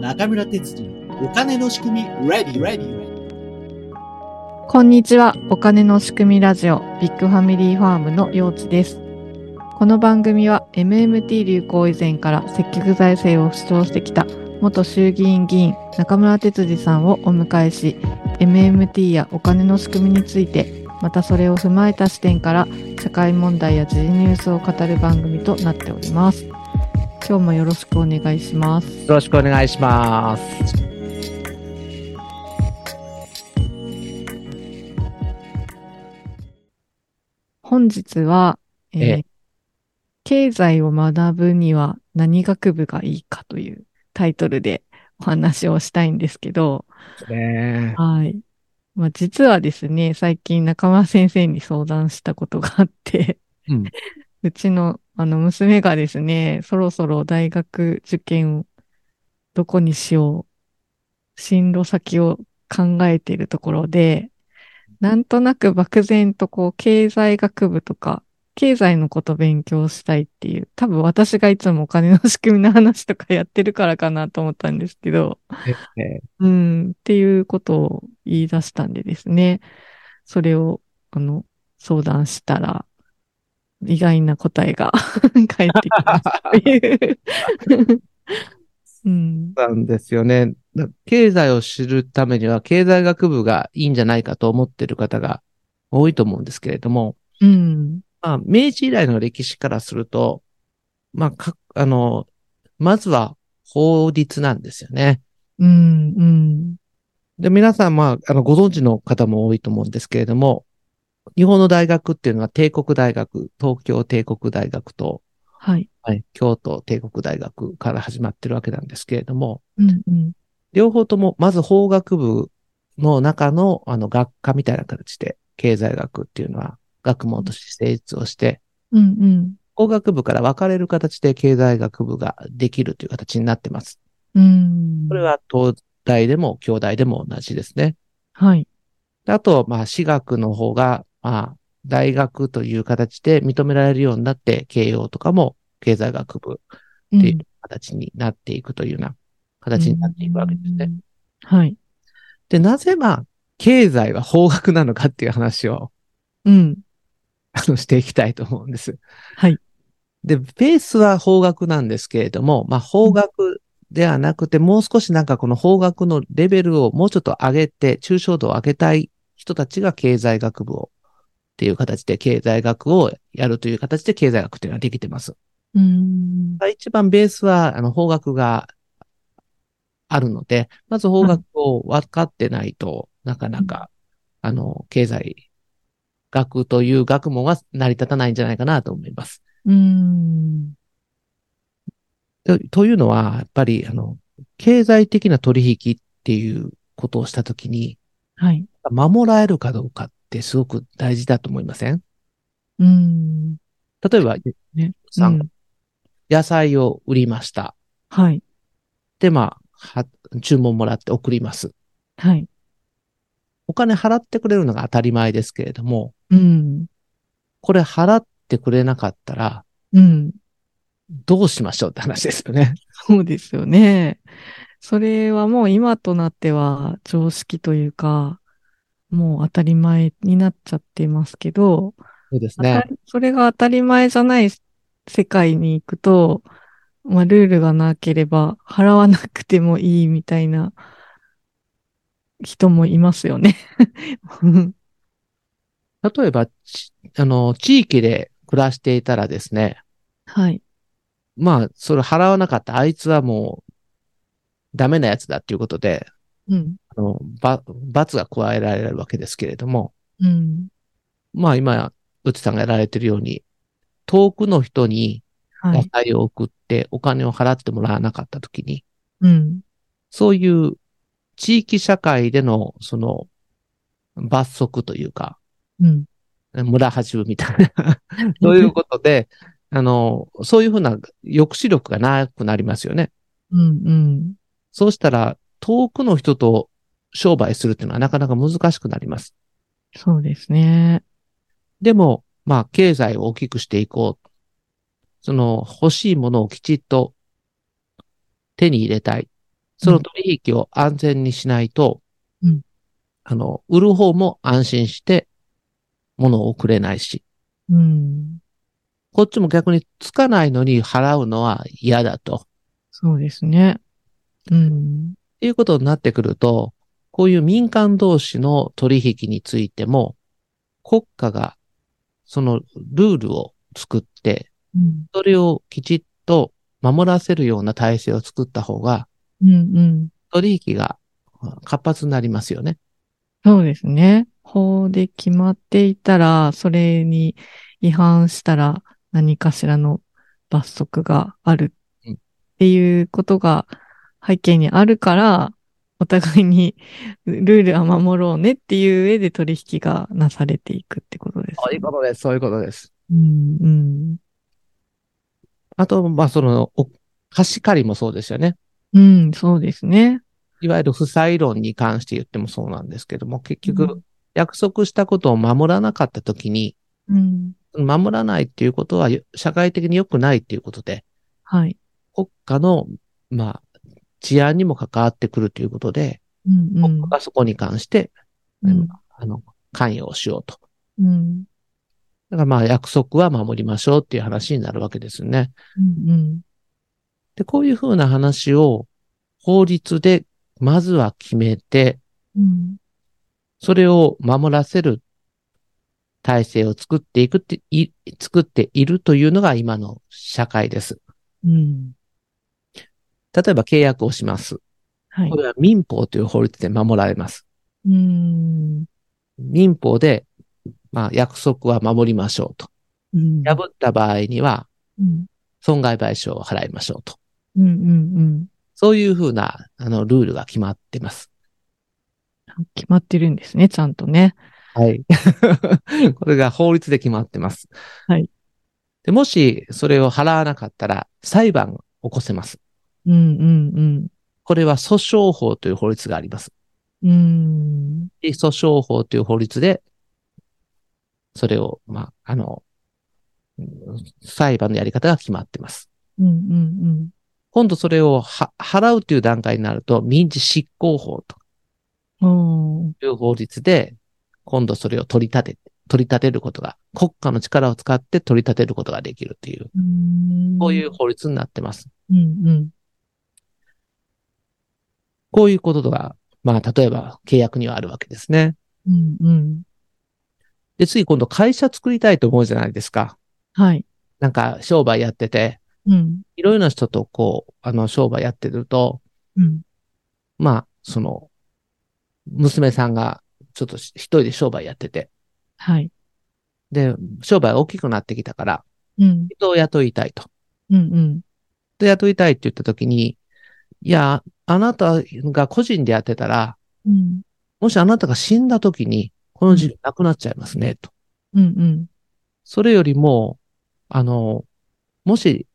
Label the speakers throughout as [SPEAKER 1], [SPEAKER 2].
[SPEAKER 1] 中村哲次のお金の仕組み Ready Ready
[SPEAKER 2] こんにちは。お金の仕組みラジオ、ビッグファミリーファームのようちです。この番組は MMT 流行以前から積極財政を主張してきた元衆議院議員中村哲司さんをお迎えし、MMT やお金の仕組みについて、またそれを踏まえた視点から社会問題や時事ニュースを語る番組となっております。今日もよろしくお願いします。
[SPEAKER 3] よろしくお願いします。
[SPEAKER 2] 本日は、えー
[SPEAKER 3] え
[SPEAKER 2] 経済を学ぶには何学部がいいかというタイトルでお話をしたいんですけど、
[SPEAKER 3] ね
[SPEAKER 2] はい。まあ、実はですね、最近中村先生に相談したことがあって、
[SPEAKER 3] うん
[SPEAKER 2] うちのあの娘がですね、そろそろ大学受験をどこにしよう、進路先を考えているところで、なんとなく漠然とこう経済学部とか、経済のこと勉強したいっていう、多分私がいつもお金の仕組みの話とかやってるからかなと思ったんですけど、
[SPEAKER 3] え
[SPEAKER 2] うん、っていうことを言い出したんでですね。それを、あの、相談したら、意外な答えが 返ってきましたという。うん。
[SPEAKER 3] なんですよね。だ経済を知るためには、経済学部がいいんじゃないかと思っている方が多いと思うんですけれども、
[SPEAKER 2] うん。
[SPEAKER 3] まあ、明治以来の歴史からすると、まあ、か、あの、まずは法律なんですよね。
[SPEAKER 2] うん。うん。
[SPEAKER 3] で、皆さん、まあ、あの、ご存知の方も多いと思うんですけれども、日本の大学っていうのは帝国大学、東京帝国大学と、
[SPEAKER 2] はい。
[SPEAKER 3] はい、京都帝国大学から始まってるわけなんですけれども、
[SPEAKER 2] うん。うん。
[SPEAKER 3] 両方とも、まず法学部の中の、あの、学科みたいな形で、経済学っていうのは学問として成立をして、
[SPEAKER 2] うん。うん。
[SPEAKER 3] 法学部から分かれる形で経済学部ができるという形になってます。
[SPEAKER 2] うん。
[SPEAKER 3] これ。は東大でも京大でも同じですね。
[SPEAKER 2] はい。
[SPEAKER 3] であと、まあ、私学の方が、まあ、大学という形で認められるようになって、慶応とかも経済学部
[SPEAKER 2] う。
[SPEAKER 3] っていうん形になっていくというような形になっていくわけですね。
[SPEAKER 2] うん。はい。
[SPEAKER 3] で、なぜまあ、経済は法学なのかっていう話を
[SPEAKER 2] うん。
[SPEAKER 3] あのしていきたいと思うんです。
[SPEAKER 2] はい。
[SPEAKER 3] で、ベースは法学なんですけれども、まあ法学ではなくて、もう少しなんかこの法学のレベルをもうちょっと上げて、抽象度を上げたい人たちが経済学部をっていう形で経済学をやるという形で経済学というのはできてます。
[SPEAKER 2] うん。
[SPEAKER 3] 一番ベースは、あの、法学があるので、まず法学を分かってないと、なかなか、あの、経済学という学問は成り立たないんじゃないかなと思います。
[SPEAKER 2] うん。
[SPEAKER 3] とというのは、やっぱり、あの、経済的な取引っていうことをしたときに、
[SPEAKER 2] はい。
[SPEAKER 3] 守られるかどうかってすごく大事だと思いません
[SPEAKER 2] うん。
[SPEAKER 3] 例えば、
[SPEAKER 2] ね
[SPEAKER 3] さ
[SPEAKER 2] うん
[SPEAKER 3] ん、野菜を売りました。
[SPEAKER 2] はい。
[SPEAKER 3] で、まあ、は注文もらって送ります。
[SPEAKER 2] はい。
[SPEAKER 3] お金払ってくれるのが当たり前ですけれども、
[SPEAKER 2] うん。
[SPEAKER 3] これ払ってくれなかったら、
[SPEAKER 2] うん。
[SPEAKER 3] どうしましょうって話ですよね。
[SPEAKER 2] そうですよね。それはもう今となっては常識というか、もう当たり前になっちゃってますけど、
[SPEAKER 3] そうです
[SPEAKER 2] 当た。りそれが当たり前じゃない世界に行くと、まあ、ルールがなければ払わなくてもいいみたいな人もいます よね。
[SPEAKER 3] 例えば、ちあの、地域で暮らしていたらですね、
[SPEAKER 2] はい。
[SPEAKER 3] まあ、それ払わなかったあいつはもう、ダメなやつだっていうことで、
[SPEAKER 2] うん。
[SPEAKER 3] あの、ば、罰が加えられるわけですけれども、
[SPEAKER 2] うん。
[SPEAKER 3] まあ今、うちさんがやられてるように、遠くの人に
[SPEAKER 2] は
[SPEAKER 3] 野
[SPEAKER 2] い。
[SPEAKER 3] 菜を送ってお金を払ってもらわなかったときに、
[SPEAKER 2] うん。
[SPEAKER 3] そういう地域社会での、その、罰則というか、
[SPEAKER 2] うん。
[SPEAKER 3] 村八分みたいな、そういうことで、あの、そういうふうな抑止力がなくなりますよね。
[SPEAKER 2] うん。うん。
[SPEAKER 3] そうしたら、遠くの人と商売するっていうのはなかなか難しくなります。
[SPEAKER 2] そうですね。
[SPEAKER 3] でも、まあ、経済を大きくしていこう。その、欲しいものをきちっと手に入れたい。その取引を安全にしないと、
[SPEAKER 2] うん
[SPEAKER 3] あの、売る方も安心して、物をくれないし、
[SPEAKER 2] うん。
[SPEAKER 3] こっちも逆につかないのに払うのは嫌だと。
[SPEAKER 2] そうですね。うん。
[SPEAKER 3] っていうことになってくると、こういう民間同士の取引についても、国家がそのルールを作って、
[SPEAKER 2] うん。
[SPEAKER 3] それをきちっと守らせるような体制を作った方が、
[SPEAKER 2] うん。うん。
[SPEAKER 3] 取引があ活発になりますよね。
[SPEAKER 2] そうですね。法で決まっていたら、それに違反したら何かしらの罰則がある
[SPEAKER 3] うん
[SPEAKER 2] っていうことが背景にあるから、お互いに ルールは守ろうねっていう上で取引がなされていくってことですね。
[SPEAKER 3] とです。そういうことです。
[SPEAKER 2] うん、うん。
[SPEAKER 3] あと、まあ、その、お貸し借りもそうですよね。
[SPEAKER 2] うん、そうですね。
[SPEAKER 3] いわゆる不採論に関して言ってもそうなんですけども、結
[SPEAKER 2] う
[SPEAKER 3] 局
[SPEAKER 2] ん、
[SPEAKER 3] 約束したことを守らなかったときに、
[SPEAKER 2] うん。
[SPEAKER 3] 守らないっていうことはよ社会的に良くないっていうことで、
[SPEAKER 2] はい。
[SPEAKER 3] 国家の、まあ、治安にも関わってくるということで、
[SPEAKER 2] うん、うん
[SPEAKER 3] 国家がそこに関して、
[SPEAKER 2] うん。
[SPEAKER 3] あの、関与をしようと。
[SPEAKER 2] うん。
[SPEAKER 3] だからまあ、約束は守りましょうっていう話になるわけですよね。
[SPEAKER 2] うんうん。
[SPEAKER 3] で、こういうふうな話を法律でまずは決めて、
[SPEAKER 2] うん。
[SPEAKER 3] それを守らせる体制を作っていくって、い、作っているというのが今の社会です。
[SPEAKER 2] うん。
[SPEAKER 3] 例えば契約をします。
[SPEAKER 2] はい
[SPEAKER 3] こ。れは民法という法律で守られます。
[SPEAKER 2] うん。
[SPEAKER 3] 民法で、まあ、約束は守りましょうと。
[SPEAKER 2] うん。
[SPEAKER 3] 破った場合には、
[SPEAKER 2] うん。
[SPEAKER 3] 損害賠償を払いましょうと。
[SPEAKER 2] うんうんうん。
[SPEAKER 3] そういうふうな、あの、ルールが決まってます。
[SPEAKER 2] 決まってるんですね、ちゃんとね。
[SPEAKER 3] はい。 これが法律で決まってます。
[SPEAKER 2] はい。
[SPEAKER 3] で、もし、それを払わなかったら、裁判を起こせます。
[SPEAKER 2] うんうん
[SPEAKER 3] これは訴訟法という法律があります。
[SPEAKER 2] うん。うん。
[SPEAKER 3] で訴訟法という法律で、それを、まあ、あの、うん裁判のやり方が決まってます。
[SPEAKER 2] うんうん
[SPEAKER 3] 今度それをは払うという段階になると、民事執行法と
[SPEAKER 2] うん。おー
[SPEAKER 3] いう法律で、今度それを取り立て、取り立てることが、国家の力を使って取り立てることができるという、
[SPEAKER 2] うん。
[SPEAKER 3] こういう。法律になってます。
[SPEAKER 2] うんうん。
[SPEAKER 3] こういうことが、まあ、例えば契約にはあるわけですね。
[SPEAKER 2] うんうん。
[SPEAKER 3] で、次今度会社作りたいと思うじゃないですか。
[SPEAKER 2] はい。
[SPEAKER 3] なんか商売やってて、
[SPEAKER 2] うん。
[SPEAKER 3] いろいろな人とこう、あの、商売やってると、
[SPEAKER 2] うん。
[SPEAKER 3] まあ、その、娘さんがちょっと一人で商売やってて、
[SPEAKER 2] はい。
[SPEAKER 3] で、商売大きくなってきたから、
[SPEAKER 2] うん
[SPEAKER 3] 人を雇いたいと。
[SPEAKER 2] うんうん。
[SPEAKER 3] 人を雇いたいって言った時に、いや、あなたが個人でやってたら、
[SPEAKER 2] うん
[SPEAKER 3] もしあなたが死んだ時に、この事業なくなっちゃいますね、と。
[SPEAKER 2] うんうん。
[SPEAKER 3] それよりも、あの、もし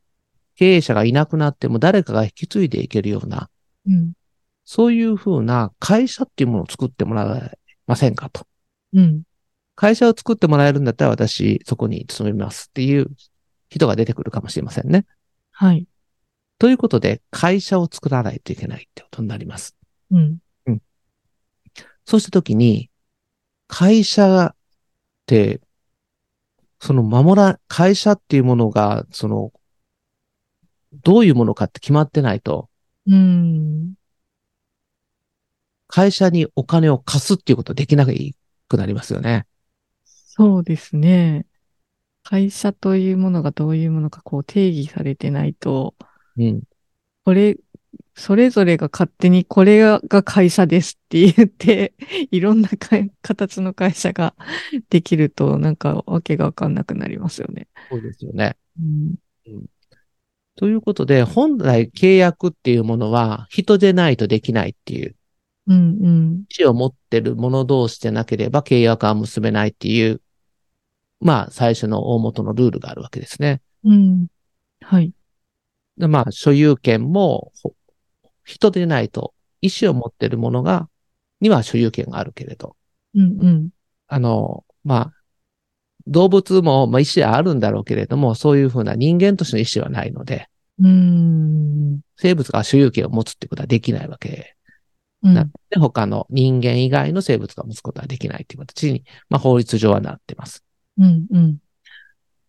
[SPEAKER 3] 経営者がいなくなっても誰かが引き継いでいけるような、
[SPEAKER 2] うん
[SPEAKER 3] そういうふうな会社っていうものを作ってもらえませんかと。
[SPEAKER 2] うん。
[SPEAKER 3] 会社を作ってもらえるんだったら私そこに勤めますっていう人が出てくるかもしれませんね。
[SPEAKER 2] はい。
[SPEAKER 3] ということで、会社を作らないといけないってことになります。
[SPEAKER 2] うん。
[SPEAKER 3] そうしたときに、会社って、その守ら、会社っていうものが、その、どういうものかって決まってないと、
[SPEAKER 2] うん。
[SPEAKER 3] 会社にお金を貸すっていうことできなくなりますよね。
[SPEAKER 2] そうですね。会社というものがどういうものかこう定義されてないと、
[SPEAKER 3] うん。
[SPEAKER 2] これ、それぞれが勝手にこれが会社ですって言って、 いろんなかい形の会社が できると、なんかわけがわかんなくなりますよね。
[SPEAKER 3] そうですよね。
[SPEAKER 2] うん。
[SPEAKER 3] ということで、本来契約っていうものは人でないとできないっていう、
[SPEAKER 2] うんうん。
[SPEAKER 3] 意思を持ってる者同士でなければ契約は結べないっていう、まあ最初の大元のルールがあるわけですね。
[SPEAKER 2] うん。はい。
[SPEAKER 3] でまあ、所有権も、ほ人でないと、意思を持っている者が、には所有権があるけれど、
[SPEAKER 2] うんうん。
[SPEAKER 3] あの、まあ、動物も、まあ、意思はあるんだろうけれども、そういうふうな人間としての意思はないので、
[SPEAKER 2] うん。
[SPEAKER 3] 生物が所有権を持つってことはできないわけ
[SPEAKER 2] うん
[SPEAKER 3] なので、他の人間以外の生物が持つことはできないという形に、まあ、法律上はなってます。
[SPEAKER 2] うん。うん。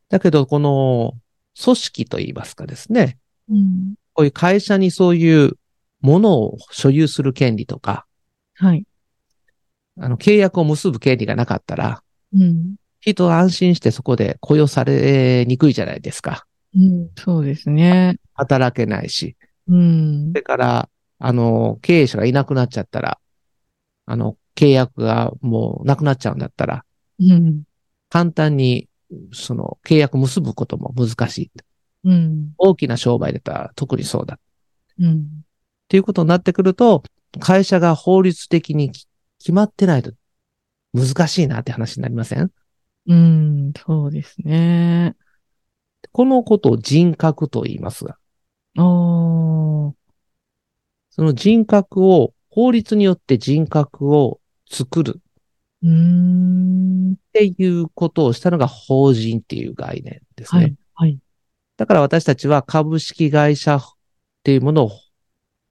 [SPEAKER 3] だけど、この組織といいますかですね、
[SPEAKER 2] うん。
[SPEAKER 3] こういう会社にそういうものを所有する権利とか、
[SPEAKER 2] はい。
[SPEAKER 3] あの、契約を結ぶ権利がなかったら、
[SPEAKER 2] うん。
[SPEAKER 3] 人は安心してそこで雇用されにくいじゃないですか。
[SPEAKER 2] うん。そうですね。
[SPEAKER 3] 働けないし。
[SPEAKER 2] うん
[SPEAKER 3] そ。れから、あの、経営者がいなくなっちゃったら、あの、契約がもうなくなっちゃうんだったら、
[SPEAKER 2] うん。
[SPEAKER 3] 簡単に、その、契約結ぶことも難しい。
[SPEAKER 2] うん。
[SPEAKER 3] 大きな商売だったら特にそうだ。っ
[SPEAKER 2] うん。
[SPEAKER 3] ていうことになってくると、会社が法律的にき決まってないと難しいなって話になりません
[SPEAKER 2] うん。そうですね。
[SPEAKER 3] このことを人格と言いますが、
[SPEAKER 2] おー。
[SPEAKER 3] その人格を、法律によって人格を作る
[SPEAKER 2] うーん。
[SPEAKER 3] っていうことをしたのが法人っていう概念ですね。
[SPEAKER 2] はい。はい。
[SPEAKER 3] だから私たちは株式会社っていうものを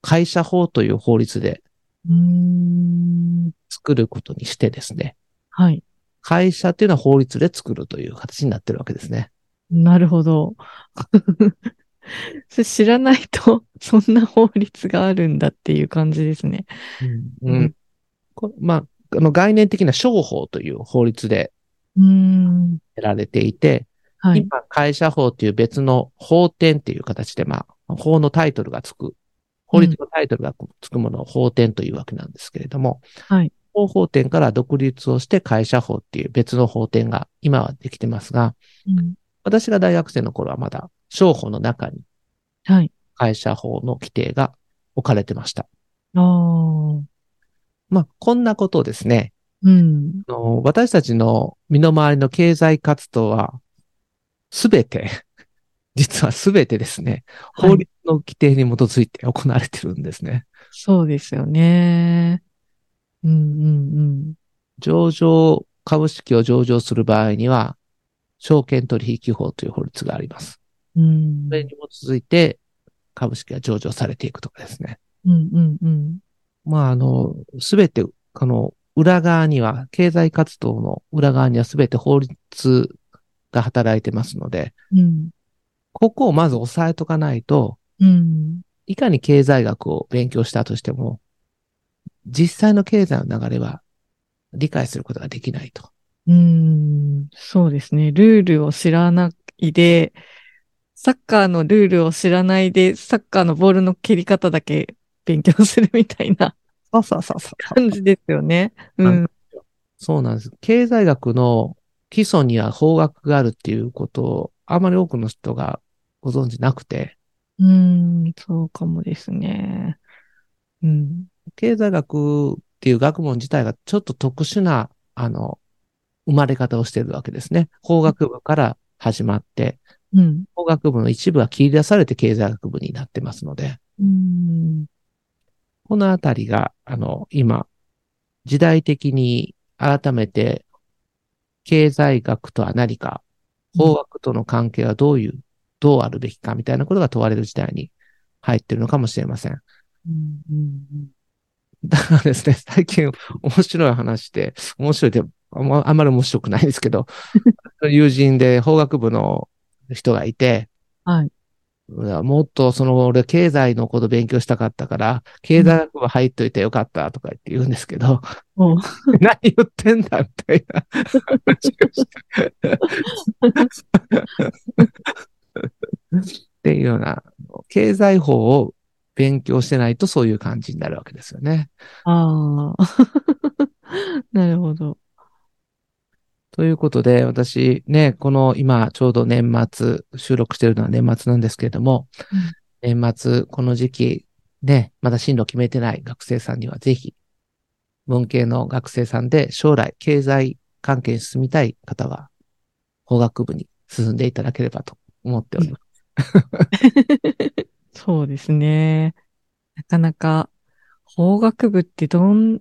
[SPEAKER 3] 会社法という法律で
[SPEAKER 2] うーん。
[SPEAKER 3] 作ることにしてですね、
[SPEAKER 2] はい。
[SPEAKER 3] 会社っていうのは法律で作るという形になってるわけですね。
[SPEAKER 2] なるほど。 それ知らないと、そんな法律があるんだっていう感じですね。
[SPEAKER 3] うん。こまあ、あの概念的な商法という法律で
[SPEAKER 2] うーん。
[SPEAKER 3] 得られていて、
[SPEAKER 2] はい。
[SPEAKER 3] 今、会社法という別の法典っていう形で、まあ、法のタイトルがつく、法律のタイトルがつくものを法典というわけなんですけれども、
[SPEAKER 2] はい
[SPEAKER 3] 法法典から独立をして会社法っていう別の法典が今はできてますが、
[SPEAKER 2] うん
[SPEAKER 3] 私が大学生の頃はまだ商法の中に
[SPEAKER 2] はい。
[SPEAKER 3] 会社法の規定が置かれてました。
[SPEAKER 2] あー。
[SPEAKER 3] まあ、こんなことをですね、
[SPEAKER 2] うん。
[SPEAKER 3] あの私たちの身の回りの経済活動は、すべて、 実はすべてですね、
[SPEAKER 2] はい
[SPEAKER 3] 法律の規定に基づいて行われてるんですね。
[SPEAKER 2] そうですよね。うんうん
[SPEAKER 3] 上場、株式を上場する場合には、証券取引法という法律があります。
[SPEAKER 2] うん。うん
[SPEAKER 3] そ。れに基づいて、株式が上場されていくとかですね。
[SPEAKER 2] うんうんうん。
[SPEAKER 3] まあ、あの、すべて、あの、裏側には、経済活動の裏側にはすべて法律が働いてますので、
[SPEAKER 2] うん。
[SPEAKER 3] ここをまず押さえとかないと、
[SPEAKER 2] うん。
[SPEAKER 3] いかに経済学を勉強したとしても、実際の経済の流れは理解することができないと。
[SPEAKER 2] うん。そうですね。ルールを知らないで、サッカーのルールを知らないで、サッカーのボールの蹴り方だけ勉強するみたいな
[SPEAKER 3] そうそうそうそ
[SPEAKER 2] 感じですよね。うん。
[SPEAKER 3] そうなんです。経済学の基礎には法学があるっていうことを、あまり多くの人がご存知なくて、
[SPEAKER 2] うん。そうかもですね。うん。
[SPEAKER 3] 経済学っていう学問自体がちょっと特殊な、あの、生まれ方をしてるわけですね。法学部から始まって、
[SPEAKER 2] うん。
[SPEAKER 3] 法学部の一部は切り出されて経済学部になってますので、
[SPEAKER 2] うん。
[SPEAKER 3] このあたりが、あの、今、時代的に改めて、経済学とは何か、法学との関係はどういう、どうあるべきかみたいなことが問われる時代に入ってるのかもしれません。
[SPEAKER 2] うんうん
[SPEAKER 3] だからですね、最近面白い話で、面白いで、あんまあんまり面白くないです けど、友人で法学部の人がいて、
[SPEAKER 2] はい。
[SPEAKER 3] うわもっとその、俺経済のこと勉強したかったから、経済学部入っといてよかったとか言って言うんですけど、
[SPEAKER 2] おう
[SPEAKER 3] 何言ってんだみたいな話をして。っていうような、経済法を勉強してないとそういう感じになるわけですよね。
[SPEAKER 2] ああ。 なるほど。
[SPEAKER 3] ということで、私ね、この今ちょうど年末、収録してるのは年末なんですけれども、年末、この時期、ね、まだ進路決めてない学生さんにはぜひ、文系の学生さんで将来経済関係に進みたい方は、法学部に進んでいただければと思っております。
[SPEAKER 2] そうですね。なかなか、法学部ってどん、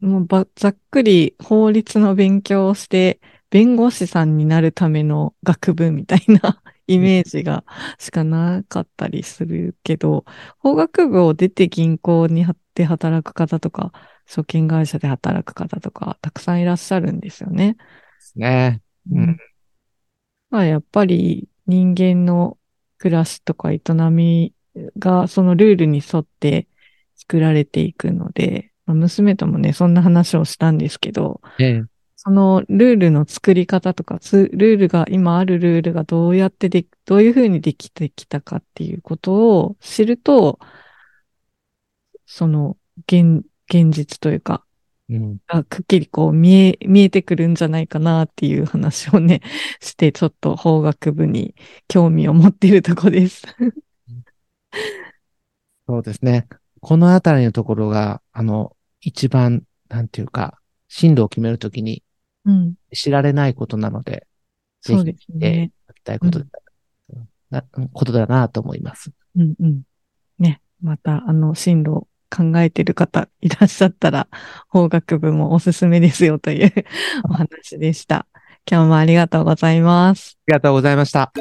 [SPEAKER 2] もうば、ざっくり法律の勉強をして、弁護士さんになるための学部みたいな イイメージがしかなかったりするけど、法学部を出て銀行にはで働く方とか、証券会社で働く方とか、たくさんいらっしゃるんですよね。
[SPEAKER 3] すね。うん。
[SPEAKER 2] まあやっぱり人間の暮らしとか営みがそのルールに沿って作られていくので、まあ、娘ともね、そんな話をしたんですけど、
[SPEAKER 3] ええ。
[SPEAKER 2] そのルールの作り方とか、つルールが、今あるルールがどうやってで、どういうふうにできてきたかっていうことを知ると、その、現、現実というか、
[SPEAKER 3] うん。
[SPEAKER 2] がくっきりこう見え、見えてくるんじゃないかなっていう話をね、 して、ちょっと法学部に興味を持っているとこです。
[SPEAKER 3] そうですね。このあたりのところが、あの、一番、なんていうか、進路を決めるときに
[SPEAKER 2] うん。
[SPEAKER 3] 知られないことなので、ぜ
[SPEAKER 2] そう
[SPEAKER 3] ひ
[SPEAKER 2] ですね。
[SPEAKER 3] 聞きたいことだ、なことだなと思います。
[SPEAKER 2] うんうん。ね、また、あの、進路を考えてる方いらっしゃったら、法学部もおすすめですよという お話でした。今日もありがとうございます。
[SPEAKER 3] ありがとうございました。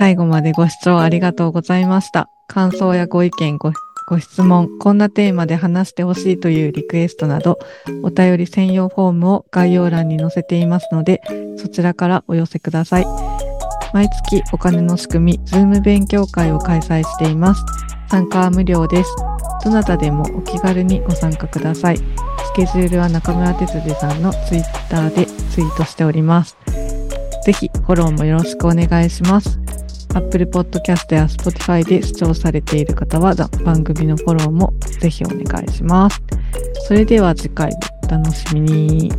[SPEAKER 2] 最後までご視聴ありがとうございました。感想やご意見、ご、ご質問、こんなテーマで話してほしいというリクエストなど、お便り専用フォームを概要欄に載せていますので、そちらからお寄せください。毎月お金の仕組み、ズーム勉強会を開催しています。参加は無料です。どなたでもお気軽にご参加ください。スケジュールは中村哲司さんのツイッターでツイートしております。ぜひフォローもよろしくお願いします。Apple Podcast や Spotify で視聴されている方は番組のフォローもぜひお願いします。それでは次回お楽しみに。